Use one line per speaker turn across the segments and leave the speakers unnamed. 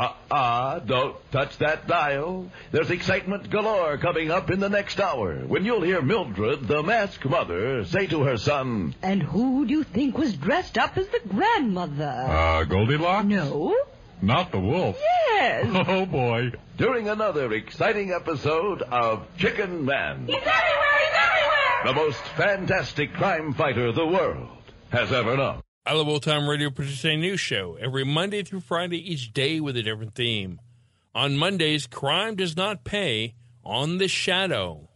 Ah, ah, don't touch that dial. There's excitement galore coming up in the next hour when you'll hear Mildred, the mask mother, say to her son,
And who do you think was dressed up as the grandmother?
Uh, Goldilocks?
no.
Not the wolf.
Yes.
Oh, boy.
during another exciting episode of Chicken Man,
He's everywhere! He's everywhere!
the most fantastic crime fighter the world has ever known.
I Love Old Time Radio produces a new show every Monday through Friday, each day with a different theme. On Mondays, Crime Does Not Pay on the Shadow.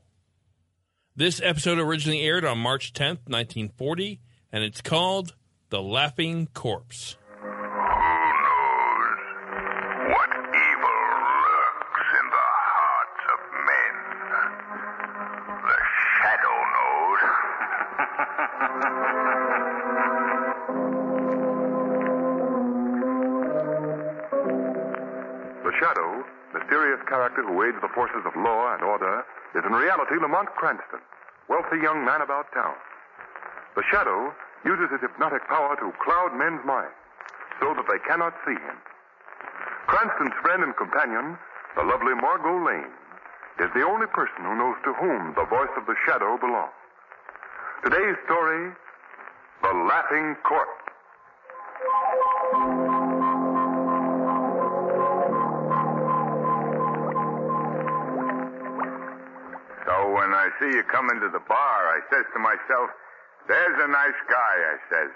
This episode originally aired on March 10th, 1940, and it's called The Laughing Corpse.
Who knows what evil lurks in the hearts of men? The shadow knows. the shadow, mysterious character who aids the forces of law and order, is in reality Lamont Cranston, wealthy young man about town. The shadow uses his hypnotic power to cloud men's minds so that they cannot see him. Cranston's friend and companion, the lovely Margot Lane, is the only person who knows to whom the voice of the shadow belongs. Today's story The Laughing Corpse. So when I see you come into the bar, I says to myself, there's a nice guy, I says.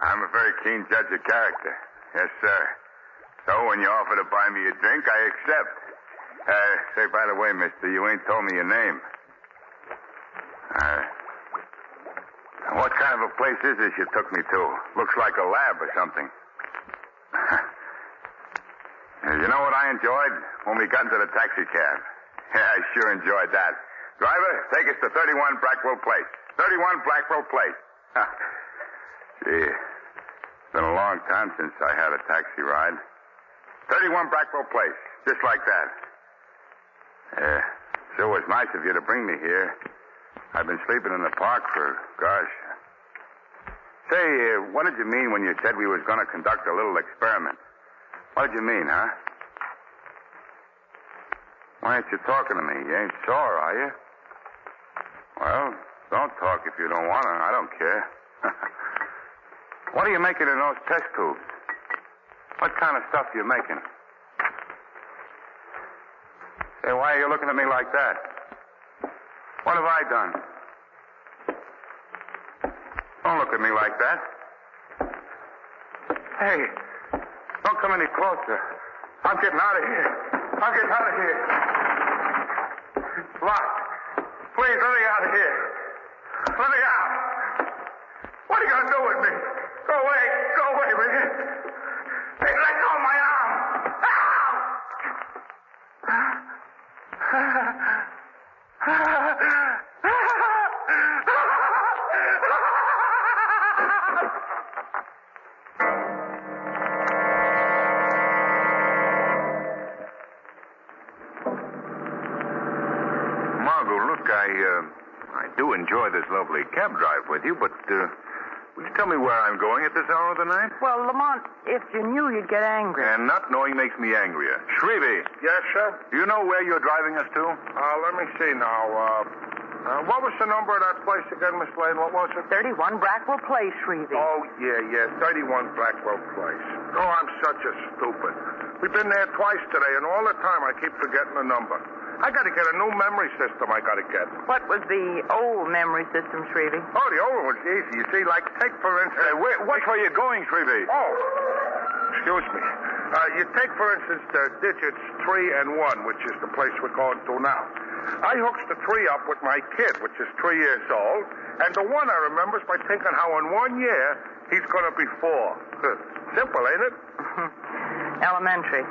I'm a very keen judge of character. Yes, sir. So when you offer to buy me a drink, I accept. Uh, say, by the way, mister, you ain't told me your name. Uh, what kind of a place is this you took me to? Looks like a lab or something. Uh, You know what I enjoyed? When we got into the taxi cab. Yeah, I sure enjoyed that. Driver, take us to 31 Blackwell Place. 31 Blackwell Place. Gee, it's been a long time since I had a taxi ride. 31 Blackwell Place, just like that. Yeah, sure was nice of you to bring me here. I've been sleeping in the park for, gosh. Say, uh, what did you mean when you said we was going to conduct a little experiment? What did you mean, huh? Why ain't you talking to me? You ain't sore, are you? Well, don't talk if you don't want to. I don't care. what are you making in those test tubes? What kind of stuff you making? Say, why are you looking at me like that? What have I done? Don't look at me like that. Hey, don't come any closer. I'm getting out of here. I'm getting out of here. It's locked. Please, let me out of here. Let me out. What are you going to do with me? Go away. Go away, will you? Hey, let go of my arm. Ow! Margot, look, I, uh, I do enjoy this lovely cab drive with you, but, uh, will you tell me where I'm going at this hour of the night?
Well, Lamont, if you knew, you'd get angry.
And not knowing makes me angrier. Shrevey. Yes, sir? Do you know where you're driving us to? Uh, let me see now. Uh, uh, what was the number of that place again, Miss Lane? What was it?
31 Brackwell Place, Shrevey.
Oh, yeah, yeah. 31 Blackwell Place. Oh, I'm such a stupid. We've been there twice today, and all the time I keep forgetting the number.
I got to get a new memory system. I got to get.
What was the old memory system, Shrevey?
Oh, the old one's easy. You see, like take for instance. Hey, wait, what were you going, Shrevey? Oh, excuse me. Uh, you take for instance the digits three and one, which is the place we're going to now. I hooks the three up with my kid, which is three years old, and the one I remembers by thinking how in one year he's going to be four. Simple, ain't it?
Elementary.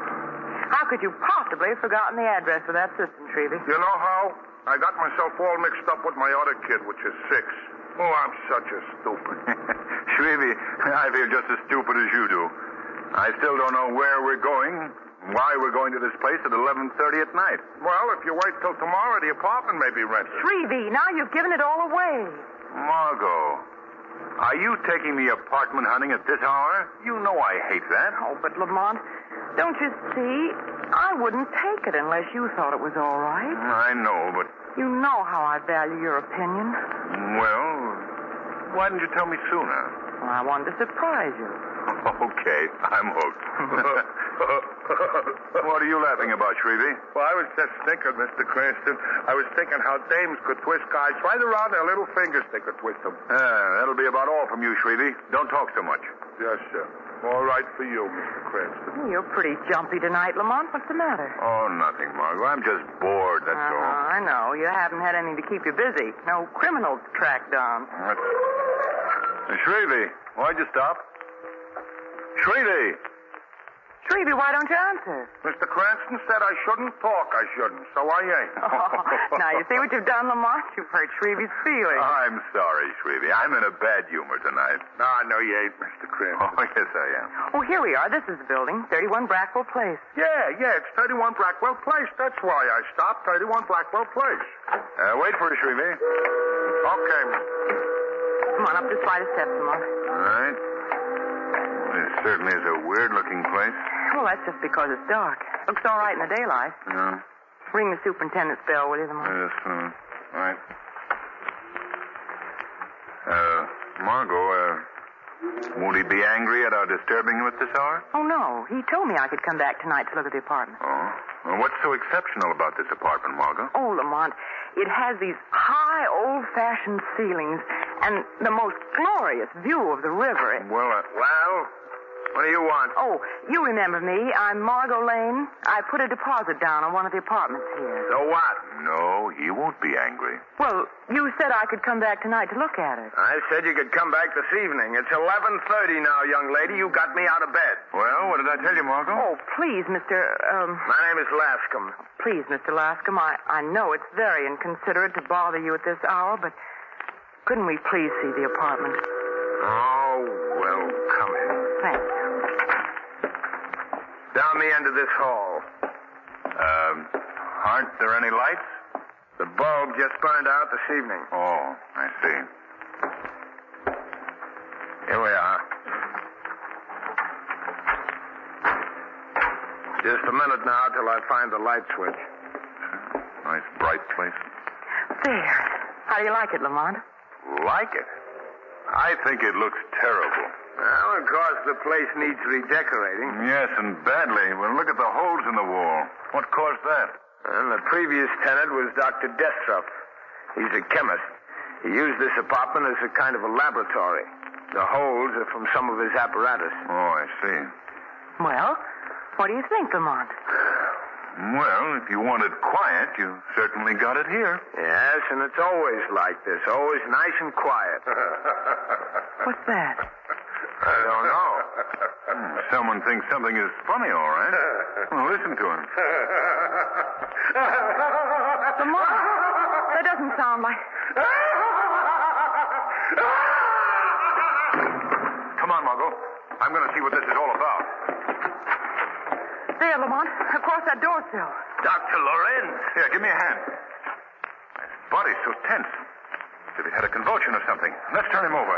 How could you possibly have forgotten the address of that system, Shrevey?
You know how? I got myself all mixed up with my other kid, which is six. Oh, I'm such a stupid. Shrevey, I feel just as stupid as you do. I still don't know where we're going, why we're going to this place at 11.30 at night. Well, if you wait till tomorrow, the apartment may be rented.
Shrevey, now you've given it all away.
Margot, are you taking me apartment hunting at this hour? You know I hate that.
Oh, but Lamont, don't you see? I wouldn't take it unless you thought it was all right.
I know, Oh, but,
You know how I value your opinion.
well, why didn't you tell me sooner?
Well, I wanted to surprise you.
Okay, I'm hooked. what are you laughing about, Shrevey? Well, I was just thinking, Mr. Cranston. I was thinking how dames could twist guys right around their little fingers. They could twist them. Uh, that'll be about all from you, Shrevey. Don't talk so much. Yes, sir. All right for you, Mr. Cranston.
You're pretty jumpy tonight, Lamont. What's the matter?
Oh, nothing, Margot. I'm just bored, that's
Uh-huh, I
all.
know. You haven't had anything to keep you busy. No criminals to track down.
That's... Uh, Shrevey, why'd you stop? Shrevey!
Shrevey, why don't you answer?
Mr. Cranston said I shouldn't talk. I shouldn't, so I ain't.
Oh, now, you see what you've done, Lamont? You've hurt Shrevey's feelings.
I'm sorry, Shrevey. I'm in a bad humor tonight. No, no, you ain't, Mr. Cranston. Oh, yes, I am.
Oh, here we are. This is the building, 31 Brackwell Place.
Yeah, yeah, it's 31 Blackwell Place. That's why I stopped. 31 Blackwell Place. Uh, wait for us, Shrevey. Okay, Mr.
Come on, up the flight of steps, Lamont.
All right. This certainly is a weird-looking place.
Well, that's just because it's dark. Looks all right in the daylight.
Yeah.
Ring the superintendent's bell, will you, Lamont?
Yes, uh, all right. Uh, Margot, uh, won't he be angry at our disturbing him at this hour?
Oh, no. He told me I could come back tonight to look at the apartment.
Oh. Well, what's so exceptional about this apartment, Margot?
Oh, Lamont, it has these high, old-fashioned ceilings and the most glorious view of the river. It-
Well, uh, well, what do you want?
Oh, you remember me. I'm Margot Lane. I put a deposit down on one of the apartments here.
So what? No, he won't be angry.
Well, you said I could come back tonight to look at it.
I said you could come back this evening. It's 11:30 now, young lady. You got me out of bed. Well, what did I tell you, Margot?
Oh, please, Mr. Um,
My name is Lascom.
please, Mr. Lascom. I, I know it's very inconsiderate to bother you at this hour, but couldn't we please see the apartment?
Oh, well, come in.
Thank you.
Down the end of this hall. Um, aren't there any lights? The bulb just burned out this evening. Oh, I see. Here we are. Just a minute now till I find the light switch. Nice bright place.
There. How do you like it, Lamont?
Like it? I think it looks terrible. Well, of course, the place needs redecorating. Yes, and badly. Well, look at the holes in the wall. What caused that? Well, the previous tenant was Dr. Destrup. He's a chemist. He used this apartment as a kind of a laboratory. The holes are from some of his apparatus. Oh, I see.
Well, what do you think, Lamont?
Well, if you want it quiet, you certainly got it here. Yes, and it's always like this. Always nice and quiet.
What's that?
I don't know. Hmm, Someone thinks something is funny, all right. Well, listen to him.
Lamont, that doesn't sound like.
Come on, Margot. I'm going to see what this is all about.
There, Lamont, across that door sill.
Dr. Lorenz. Here, give me a hand. His body's so tense. As if he had a convulsion or something. Let's turn him over.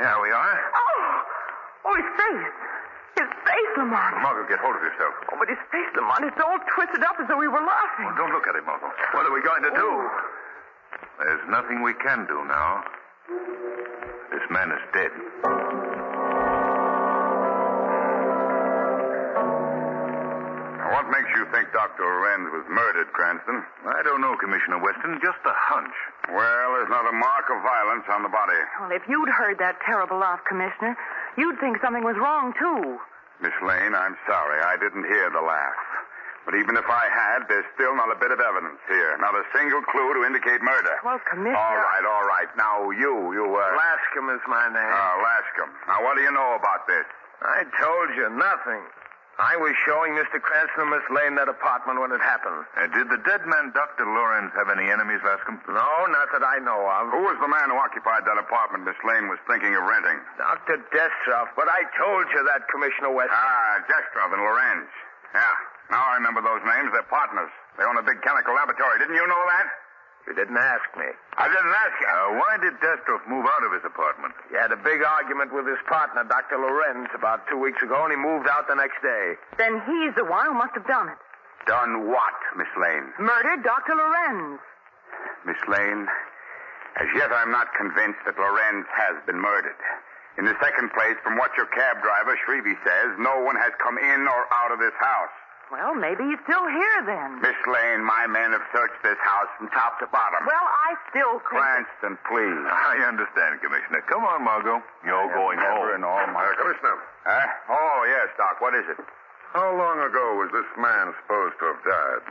There we are.
Oh! Oh, his face. His face, Lamont.
Margot, get hold of yourself.
Oh, but his face, Lamont, it's all twisted up as though we were laughing.
Don't look at him, Margot. Oh. What are we going to do? There's nothing we can do now. This man is dead. Now, what
What makes you think Dr. Renz was murdered, Cranston? I don't know, Commissioner Weston. Just a hunch. Well, there's not a mark of violence on the body.
Well, if you'd heard that terrible laugh, Commissioner, you'd think something was wrong, too.
Miss Lane, I'm sorry. I didn't hear the laugh. But even if I had, there's still not a bit of evidence here. Not a single clue to indicate murder.
Well, Commissioner-
All right, all right. Now, you, you were. Uh...
Lascum is my name.
Uh, Lascum. Now, what do you know about this?
I told you nothing. I was showing Mr. Cranston and Miss Lane that apartment when it happened.
Uh, did the dead man, Dr. Lorenz, have any enemies, Lascum?
No, not that I know of.
Who was the man who occupied that apartment Miss Lane was thinking of renting?
Dr. Destroff, but I told you that, Commissioner Weston.
Ah, Jestrov and Lorenz. Yeah. Now I remember those names. They're partners. They own a big chemical laboratory. Didn't you know that?
You didn't ask me.
I didn't ask you. Uh, why did Destroff move out of his apartment?
He had a big argument with his partner, Dr. Lorenz, about two weeks ago, and he moved out the next day.
Then he's the one who must have done it.
Done what, Miss Lane?
Murdered Dr. Lorenz.
Miss Lane, as yet I'm not convinced that Lorenz has been murdered. In the second place, from what your cab driver, Shrevey, says, no one has come in or out of this house.
Well, maybe he's still here then.
Miss Lane, my men have searched this house from top to bottom.
Well, I still think.
Cranston, please. I understand, Commissioner. Come on, Margot. You're going home. In all my... Commissioner. Huh? Oh, yes, Doc. What is it? How long ago was this man supposed to have died?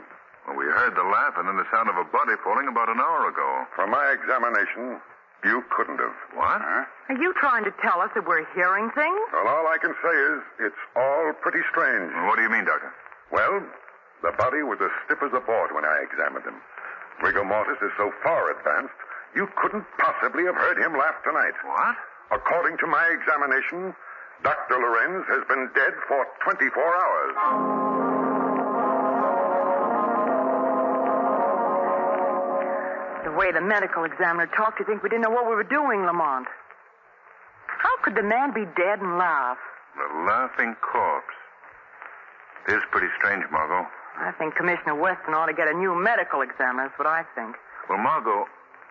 Well, we heard the laugh and then the sound of a body falling about an hour ago. From my examination, you couldn't have. What?
Are you trying to tell us that we're hearing things?
Well, all I can say is it's all pretty strange. What do you mean, Doctor? Well, the body was as stiff as a board when I examined him. Rigor mortis is so far advanced, you couldn't possibly have heard him laugh tonight. What? According to my examination, Dr. Lorenz has been dead for 24 hours.
The way the medical examiner talked, you think we didn't know what we were doing, Lamont. How could the man be dead and laugh?
The laughing corpse. It is pretty strange, Margot.
I think Commissioner Weston ought to get a new medical examiner, is what I think.
Well, Margot,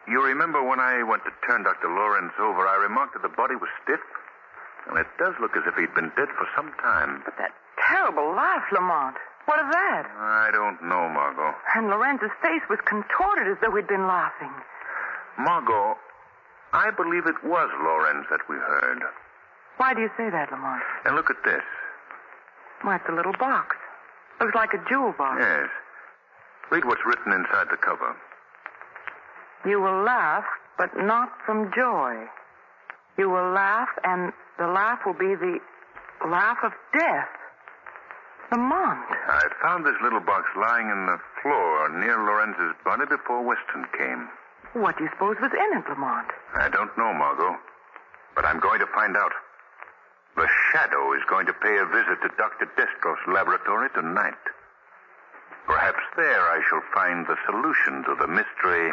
you remember when I went to turn Dr. Lawrence over, I remarked that the body was stiff? And it does look as if he'd been dead for some time.
That terrible laugh, Lamont. What of that?
I don't know, Margot.
And Lorenz's face was contorted as though he'd been laughing.
Margot, I believe it was Lawrence that we heard.
Why do you say that, Lamont?
And look at this.
Why, it's a little box. Looks like a jewel box.
Yes. Read what's written inside the cover.
You will laugh, but not from joy. You will laugh, and the laugh will be the laugh of death. Lamont.
I found this little box lying in the floor near Lorenz's body before Weston came.
What do you suppose was in it, Lamont?
I don't know, Margot, but I'm going to find out. The Shadow is going to pay a visit to Dr. Destroff's laboratory tonight. Perhaps there I shall find the solution to the mystery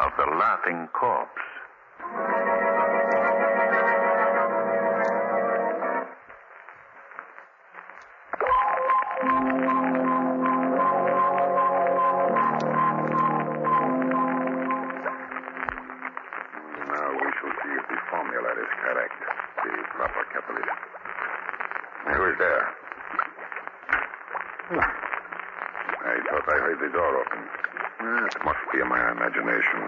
of the laughing corpse. Now we shall see if the formula is correct. The proper catalyst. Who is there? I thought I heard the door open. It must be my imagination.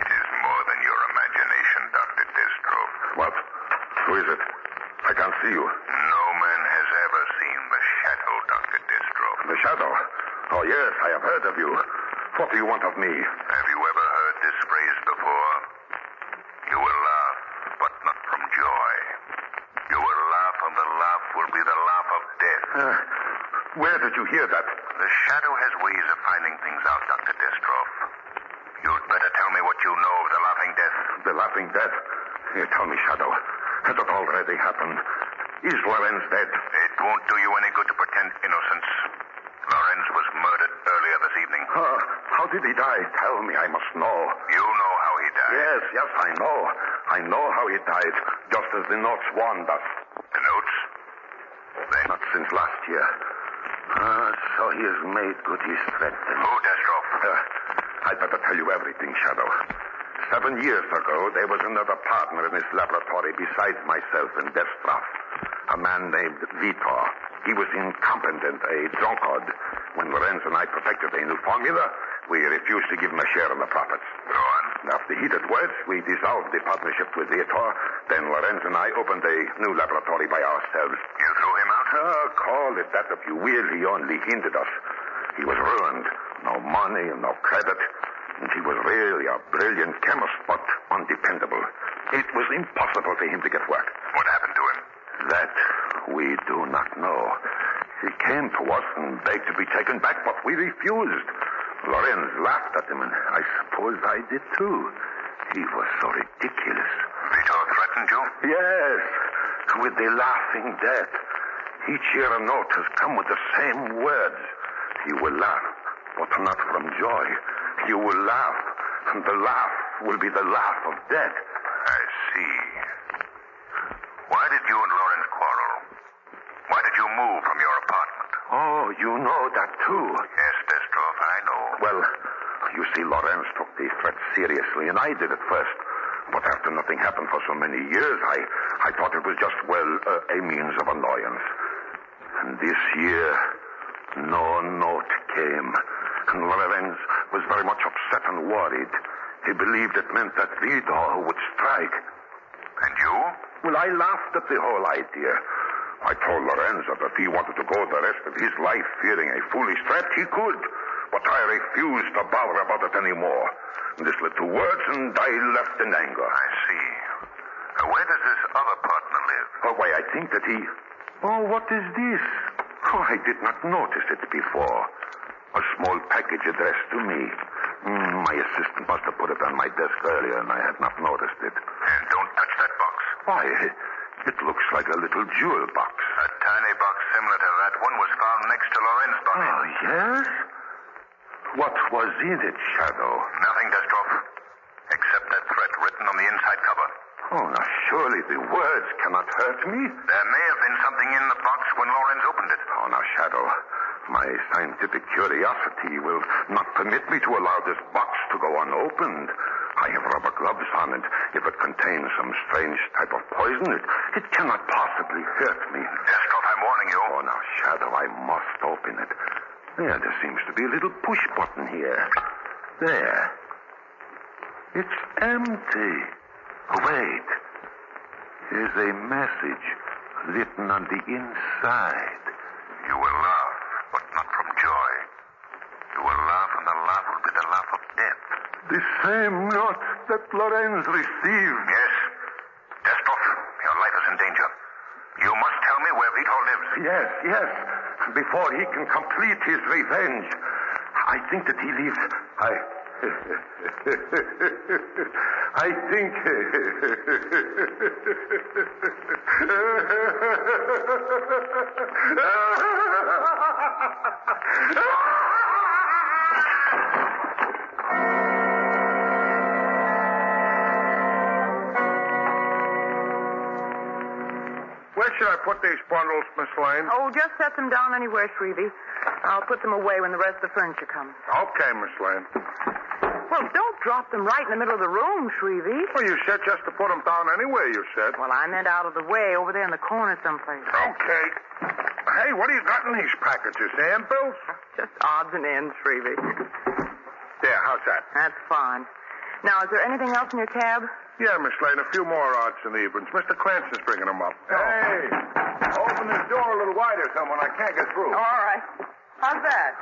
it is more than your imagination, Dr. Distro. What? Who is it? I can't see you. No man has ever seen the shadow, Dr. Distro. The shadow? Oh, yes, I have heard of you. What do you want of me? Have you ever heard this phrase before? You will laugh, but not from joy. You will laugh, and the laugh will be the laugh of death. Uh, where did you hear that? The shadow has ways of finding things out, Dr. Destroff. You'd better tell me what you know of the laughing death. The laughing death? You tell me, uh, Shadow. Has it already happened? Is Lorenz dead? It won't do you any good to pretend innocence. Lorenz was murdered earlier this evening. Ah, how did he die? Tell me, I must know. You know how he died. Yes, yes, I know. I know how he died, just as the notes warned us. The notes? They... Not since last year. Ah, so he has made good his threat. Then. Who, Destroff? I'd better tell you everything, Shadow. Seven years ago, there was another partner in this laboratory besides myself and Destroff. A man named Vitor. He was incompetent, a drunkard. When Lorenz and I perfected a new formula, we refused to give him a share in the profits. Go on. After heated words, we dissolved the partnership with Viator. Then Lorenz and I opened a new laboratory by ourselves. You threw him out? Oh, call it that if you will. He only hindered us. He was ruined. No money, no credit. And he was really a brilliant chemist, but undependable. It was impossible for him to get work. What happened to him? That we do not know. He came to us and begged to be taken back, but we refused. Lorenz laughed at him, and I suppose I did too. He was so ridiculous. Vitor threatened you? Yes, with the laughing death. Each year a note has come with the same words. You will laugh, but not from joy. You will laugh, and the laugh will be the laugh of death. I see. Why did you and Lorenz quarrel? Why did you move from your apartment? Oh, you know that too. Yes, Pestrov, I know. Well, you see, Lorenz took the threat seriously, and I did at first. But after nothing happened for so many years, I, I thought it was just, well, uh, a means of annoyance. And this year, no note came. And Lorenz was very much upset and worried. He believed it meant that Vidor would strike. And you? Well, I laughed at the whole idea. I told Lorenz that if he wanted to go the rest of his life fearing a foolish threat, he could. But I refused to bother about it anymore. This led to words, and I left in anger. I see. where does this other partner live? Oh, why, I think that he. Oh, what is this? Oh, I did not notice it before. A small package addressed to me. Mm, my assistant must have put it on my desk earlier, and I had not noticed it. And don't touch that box. Why? It looks like a little jewel box. A tiny box similar to that one was found next to Lorenz's body. Oh, yes? What was in it, Shadow? Nothing, Destroff. Except that threat written on the inside cover. Oh, now surely the words cannot hurt me. There may have been something in the box when Lorenz opened it. Oh, now, Shadow, my scientific curiosity will not permit me to allow this box to go unopened. I have rubber gloves on it. If it contains some strange type of poison, it, it cannot possibly hurt me. Destroff, I'm warning you. Oh, now, Shadow, I must open it. There, there seems to be a little push button here. There. It's empty. Wait. Here's a message written on the inside. You will laugh, but not from joy. You will laugh, and the laugh will be the laugh of death. The same note that Lorenz received. Yes. Destroff, your life is in danger. You must tell me where Vito lives. Yes, yes. Before he can complete his revenge. I think that he leaves. I. I think.
Where should I put these bundles, Miss Lane?
Oh, just set them down anywhere, Shrevey. I'll put them away when the rest of the furniture comes.
Okay, Miss Lane.
Well, don't drop them right in the middle of the room, Shrevey.
Well, you said just to put them down anywhere, you said.
Well, I meant out of the way, over there in the corner someplace.
Okay. Hey, what do you got in these packages, Ann Bills?
Just odds and ends, Shrevey.
Yeah, how's that?
That's fine. Now, is there anything else in your cab?
Yeah, Miss Lane, a few more odds and evens. Mr. Clancy's bringing them up. Hey, open this door a little wider, someone. I can't get through.
all right. How's that?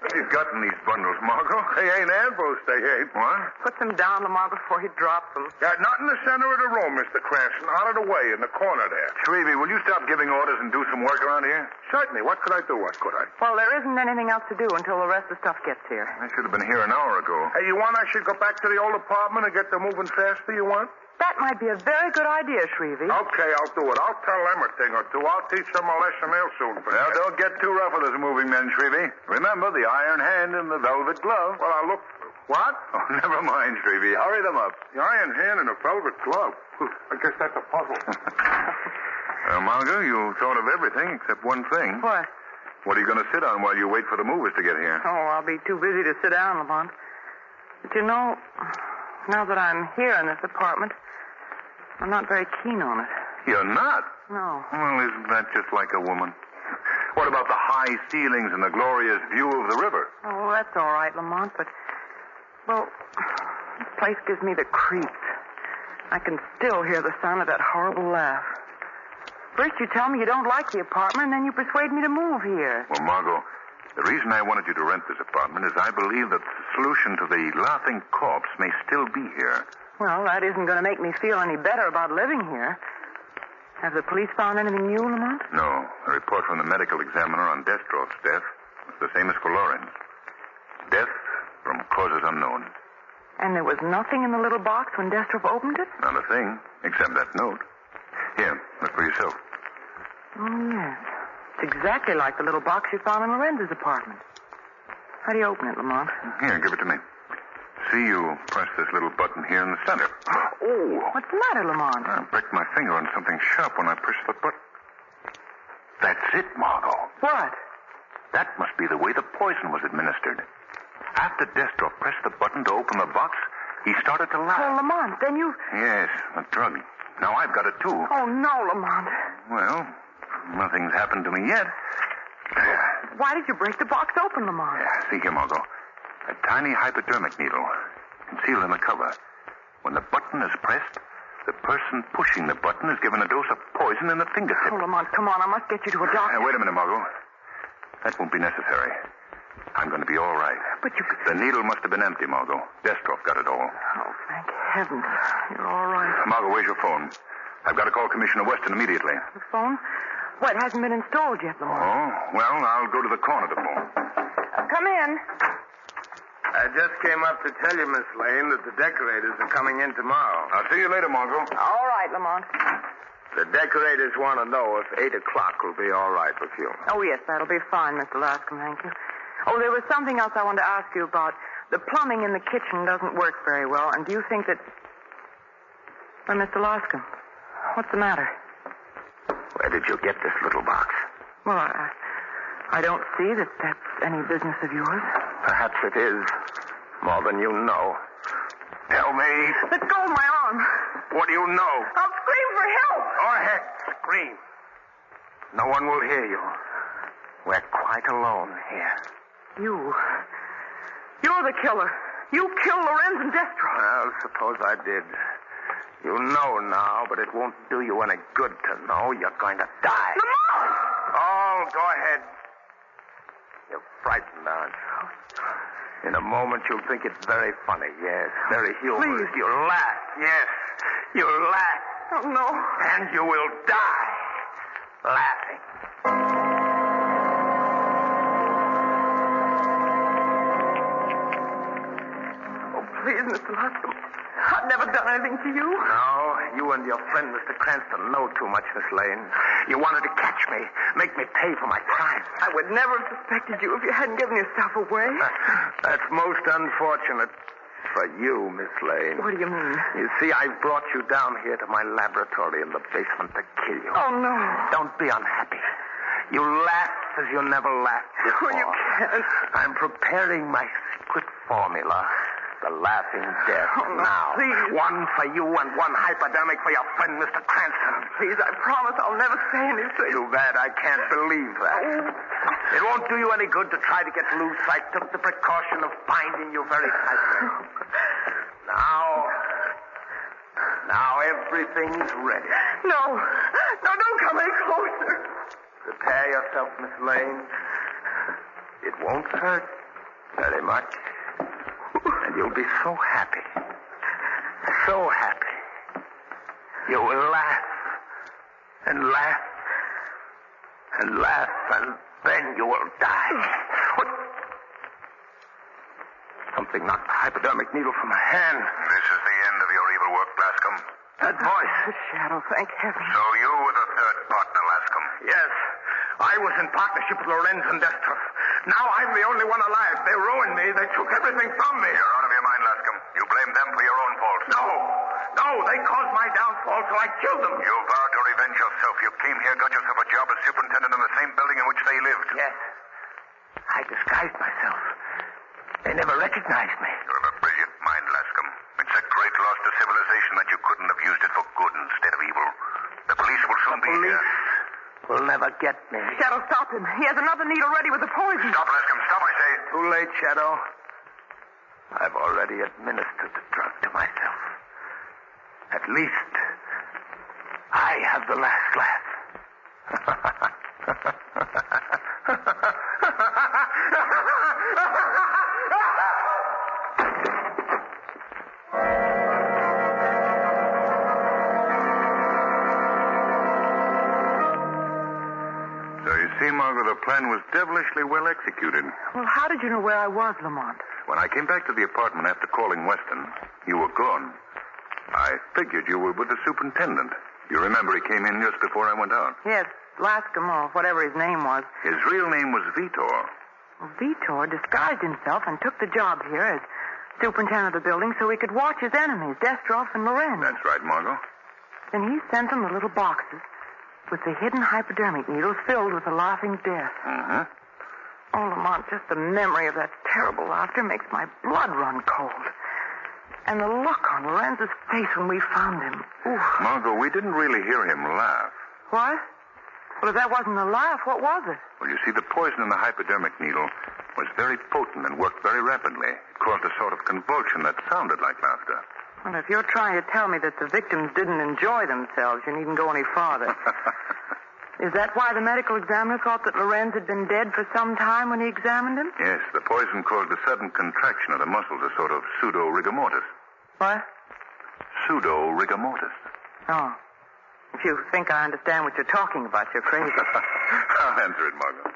What you got in these bundles, Margot? They ain't anvils, they ain't. What?
Put them down, Lamar, before he drops them.
Yeah, not in the center of the room, Mr. Cranston. Out of the way, in the corner there. Shrevey, will you stop giving orders and do some work around here? Certainly. What could I do? What could I?
Well, there isn't anything else to do until the rest of the stuff gets here.
I should have been here an hour ago. Hey, you want I should go back to the old apartment and get them moving faster, you want?
That might be a very good idea, Shrevey.
Okay, I'll do it. I'll tell them a thing or two. I'll teach them a lesson they'll soon forget. Now, don't get too rough with us moving men, Shrevey. Remember the iron hand and the velvet glove. Well, I'll look. What? Oh, never mind, Shrevey. Hurry them up. The iron hand and the velvet glove. I guess that's a puzzle. well, Margot, you thought of everything except one thing.
What?
What are you going to sit on while you wait for the movers to get here?
Oh, I'll be too busy to sit down, Lamont. But you know, now that I'm here in this apartment, I'm not very keen on it.
You're not?
No.
Well, isn't that just like a woman? What about the high ceilings and the glorious view of the river?
Oh, well, that's all right, Lamont, but. Well, this place gives me the creeps. I can still hear the sound of that horrible laugh. First, you tell me you don't like the apartment, and then you persuade me to move here.
Well, Margot, the reason I wanted you to rent this apartment is I believe that the solution to the laughing corpse may still be here.
Well, that isn't going to make me feel any better about living here. Have the police found anything new, Lamont?
No, a report from the medical examiner on Destroff's death was the same as for Lauren's. Death from causes unknown.
And there was nothing in the little box when Destrov opened it?
Not a thing, except that note. Here, look for yourself.
Oh, yes. It's exactly like the little box you found in Lorenzo's apartment. How do you open it, Lamont?
Here, give it to me. See, you press this little button here in the center. Oh!
What's the matter, Lamont?
I pricked my finger on something sharp when I pushed the button. That's it, Margot.
What?
That must be the way the poison was administered. After Destro pressed the button to open the box, he started to
Well,
laugh.
Lamont, then you.
Yes, a drug. Now I've got it too.
Oh, no, Lamont.
Well, nothing's happened to me yet. There.
Why did you break the box open, Lamont?
See here, Margot. A tiny hypodermic needle concealed in the cover. When the button is pressed, the person pushing the button is given a dose of poison in the fingertip.
Oh, Lamont, come on. I must get you to a
Hey,
doctor.
wait a minute, Margot. That won't be necessary. I'm going to be all right.
But you.
The needle must have been empty, Margot. Destroff got it all.
Oh, thank heavens. You're all right.
Margot, where's your phone? I've got to call Commissioner Weston immediately.
The phone? Well, it hasn't been installed yet, Lamont.
Oh, well, I'll go to the corner to phone.
Come in.
I just came up to tell you, Miss Lane, that the decorators are coming in tomorrow.
I'll see you later, Margot.
All right, Lamont.
The decorators want to know if 8 o'clock will be all right with you.
Oh, yes, that'll be fine, Mr. Lascom, thank you. Oh, there was something else I wanted to ask you about. The plumbing in the kitchen doesn't work very well, and do you think that. Well, Mr. Lascom, what's the matter?
Where did you get this little box?
Well, I, I don't see that that's any business of yours.
Perhaps it is. More than you know. Tell me,
Let go of my arm.
what do you know?
I'll scream for help.
Go ahead, scream. No one will hear you. We're quite alone here.
You. You're the killer. You killed Lorenz and Destro.
Well, suppose I did. You know now, but it won't do you any good to know. You're going to die. Oh, go ahead. You're frightened, aren't you? In a moment, you'll think it's very funny, yes. Very humorous.
Please.
You'll laugh, yes. You'll laugh.
Oh, no.
And you will die laughing.
Oh, please, Mr. Lascom. I've never done anything to you.
No, you and your friend, Mr. Cranston, know too much, Miss Lane. You wanted to catch me, make me pay for my crime.
I would never have suspected you if you hadn't given yourself away.
That's most unfortunate for you, Miss Lane.
What do you mean?
You see, I've brought you down here to my laboratory in the basement to kill you.
Oh, no.
Don't be unhappy. You laughed as you never laughed
Oh,
before.
you can't.
I'm preparing my secret formula. The laughing death
Oh, no,
now.
please.
One for you and one hypodermic for your friend, Mr. Cranston.
Please, I promise I'll never say anything. Oh.
Too bad I can't believe that. It won't do you any good to try to get loose. I took the precaution of binding you very tightly. Now, now everything's ready.
No. No, don't come any closer.
Prepare yourself, Miss Lane. It won't hurt very much. And you'll be so happy. So happy. You will laugh and laugh and laugh, and then you will die. What? Something knocked the hypodermic needle from my hand.
This is the end of your evil work, Blascom.
That voice.
The shadow, thank heaven.
So you were the third partner, Lascom.
Yes. I was in partnership with Lorenz and Destroff. Now I'm the only one alive. They ruined me. They took everything from me.
You're out of your mind, Lascom. You blame them for your own fault.
No. No, they caused my downfall, so I killed them.
You vowed to revenge yourself. You came here, got yourself a job as superintendent in the same building in which they lived.
Yes. I disguised myself. They never recognized me.
You have a brilliant mind, Lascom. It's a great loss to civilization that you couldn't have used it for good instead of evil. The police will soon be here.
Will never get me.
Shadow, stop him. He has another needle ready with the poison.
Stop, Leskam. Stop, I say.
Too late, Shadow. I've already administered the drug to myself. At least I have the last laugh.
So you see, Margot, the plan was devilishly well executed.
Well, how did you know where I was, Lamont?
When I came back to the apartment after calling Weston, you were gone. I figured you were with the superintendent. You remember he came in just before I went out.
Yes, Lascom or whatever his name was.
His real name was Vitor.
Vitor disguised himself and took the job here as superintendent of the building so he could watch his enemies, Destroff and Loren.
That's right, Margot.
Then he sent them the little boxes with the hidden hypodermic needles filled with the laughing death.
Mm-hmm.
Oh, Lamont, just the memory of that terrible laughter makes my blood run cold. And the look on Lorenz's face when we found him. Oof.
Margot, we didn't really hear him laugh.
What? Well, if that wasn't a laugh, what was it?
Well, you see, the poison in the hypodermic needle was very potent and worked very rapidly. It caused a sort of convulsion that sounded like laughter.
Well, if you're trying to tell me that the victims didn't enjoy themselves, you needn't go any farther. Is that why the medical examiner thought that Lorenz had been dead for some time when he examined him?
Yes, the poison caused a sudden contraction of the muscles, a sort of pseudo rigor mortis.
What?
Pseudo rigor mortis.
Oh. If you think I understand what you're talking about, you're crazy.
I'll answer it, Margot.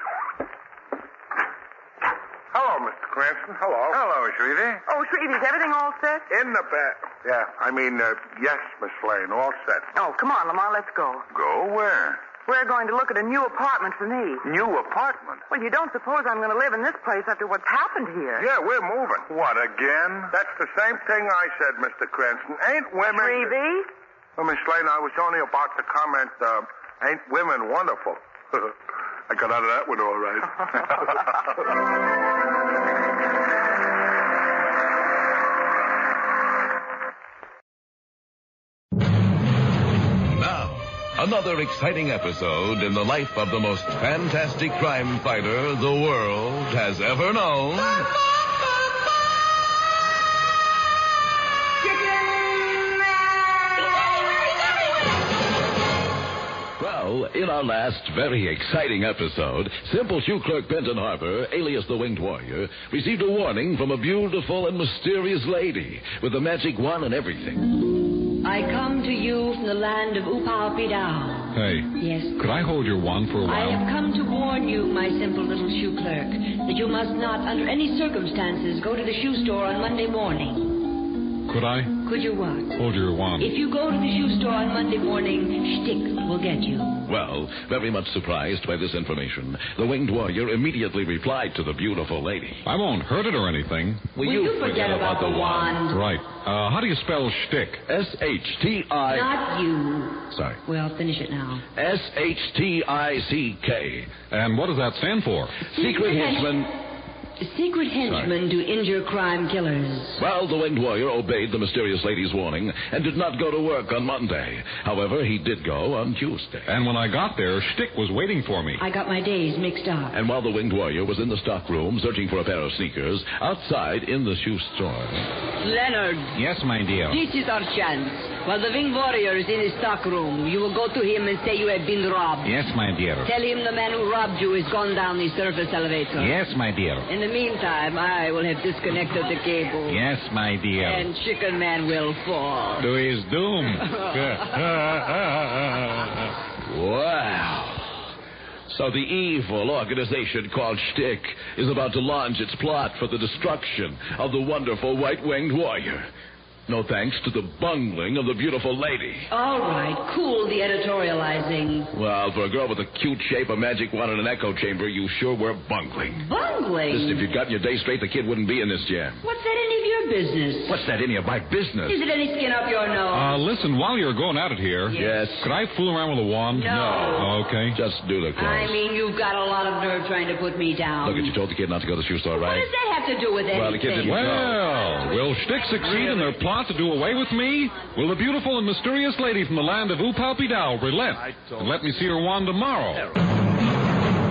Hello, Mr. Cranston. Hello.
Hello, Shrevey.
oh, Shreve, is everything all set?
In the back. Yeah, I mean, uh, yes, Miss Lane, all set.
Oh, come on, Lamont, let's go.
Go where?
We're going to look at a new apartment for me.
New apartment.
Well, you don't suppose I'm going to live in this place after what's happened here.
Yeah, we're moving.
What, again?
That's the same thing I said, Mr. Cranston. Ain't women.
Shrevey?
Well, Miss Lane, I was only about to comment, uh, ain't women wonderful? I got out of that one all right.
Now, another exciting episode in the life of the most fantastic crime fighter the world has ever known. Well, In our last very exciting episode, simple shoe clerk Benton Harper, alias the Winged Warrior, received a warning from a beautiful and mysterious lady with a magic wand and everything.
I come to you from the land of Upalpidao.
Hey,
Yes.
could I hold your wand for a
I
while?
have come to warn you, my simple little shoe clerk, that you must not, under any circumstances, go to the shoe store on Monday morning.
Could I
Could you what?
hold your wand?
If you go to the shoe store on Monday morning, Shtick will get you.
Well, very much surprised by this information, the winged warrior immediately replied to the beautiful lady.
I won't hurt it or anything.
Will, you, forget, about, the wand?
Right. Uh, how do you spell shtick?
S H T I.
Not you.
Sorry.
Well, finish it now.
S H T I C K.
And what does that stand for?
Secret henchman.
Secret henchmen do injure crime killers.
Well, the winged warrior obeyed the mysterious lady's warning and did not go to work on Monday. However, he did go on Tuesday.
And when I got there, shtick was waiting for me.
I got my days mixed up.
And while the winged warrior was in the stockroom searching for a pair of sneakers, outside in the shoe store.
Leonard,
Yes, my dear.
This is our chance. While the wing warrior is in his stockroom, you will go to him and say you have been robbed.
Yes, my dear.
Tell him the man who robbed you is gone down the surface elevator.
my dear.
In the meantime, I will have disconnected the cable.
Yes, my dear.
And Chicken Man will fall.
to his doom.
Wow. So the evil organization called Shtick is about to launch its plot for the destruction of the wonderful white winged warrior. No thanks to the bungling of the beautiful lady.
All right, cool the editorializing.
Well, for a girl with a cute shape, a magic wand, and an echo chamber, you sure were bungling. Listen, if
Bungling?
you'd gotten your day straight, the kid wouldn't be in this jam.
What's that any of your business.
What's that any of my business?
Is it any skin up your nose?
Uh, listen, while you're going at it here.
Yes.
Could I fool around with a wand?
No. No.
Okay.
Just do the
I mean, you've got a lot of nerve trying to put me down.
Oh, Look, you told the kid not to go to the shoe store,
What
right?
does that have to do with anything?
Well, the kid didn't
Well, will Shtick succeed in their plot to do away with me? Will the beautiful and mysterious lady from the land of Upalpidao relent and let me see her wand tomorrow?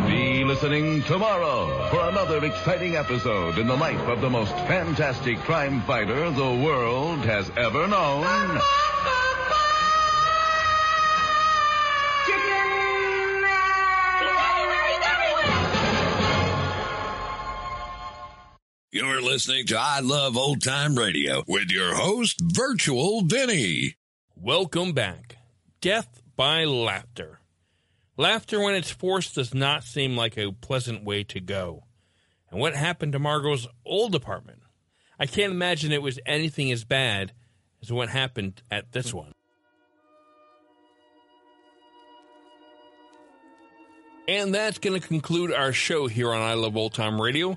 Be listening tomorrow for another exciting episode in the life of the most fantastic crime fighter the world has ever known.
You're listening to I Love Old Time Radio with your host, Virtual Vinny.
Welcome back. Death by laughter. Laughter, when it's forced, does not seem like a pleasant way to go. And what happened to Margot's old apartment? I can't imagine it was anything as bad as what happened at this one. And that's going to conclude our show here on I Love Old Time Radio.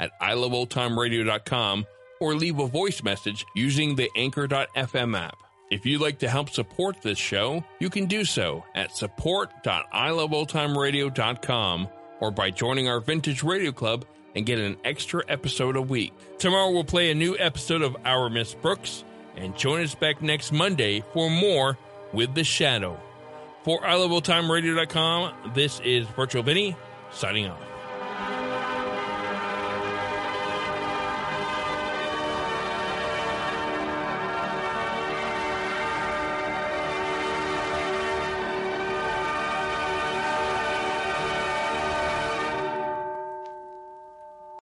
at iloveoldtimeradio.com or leave a voice message using the anchor.fm app. If you'd like to help support this show, you can do so at support.iloveoldtimeradio.com or by joining our Vintage Radio Club and get an extra episode a week. Tomorrow we'll play a new episode of Our Miss Brooks and join us back next Monday for more with The Shadow. For iLevelTimeRadio.com, this is Virtual Vinny signing off.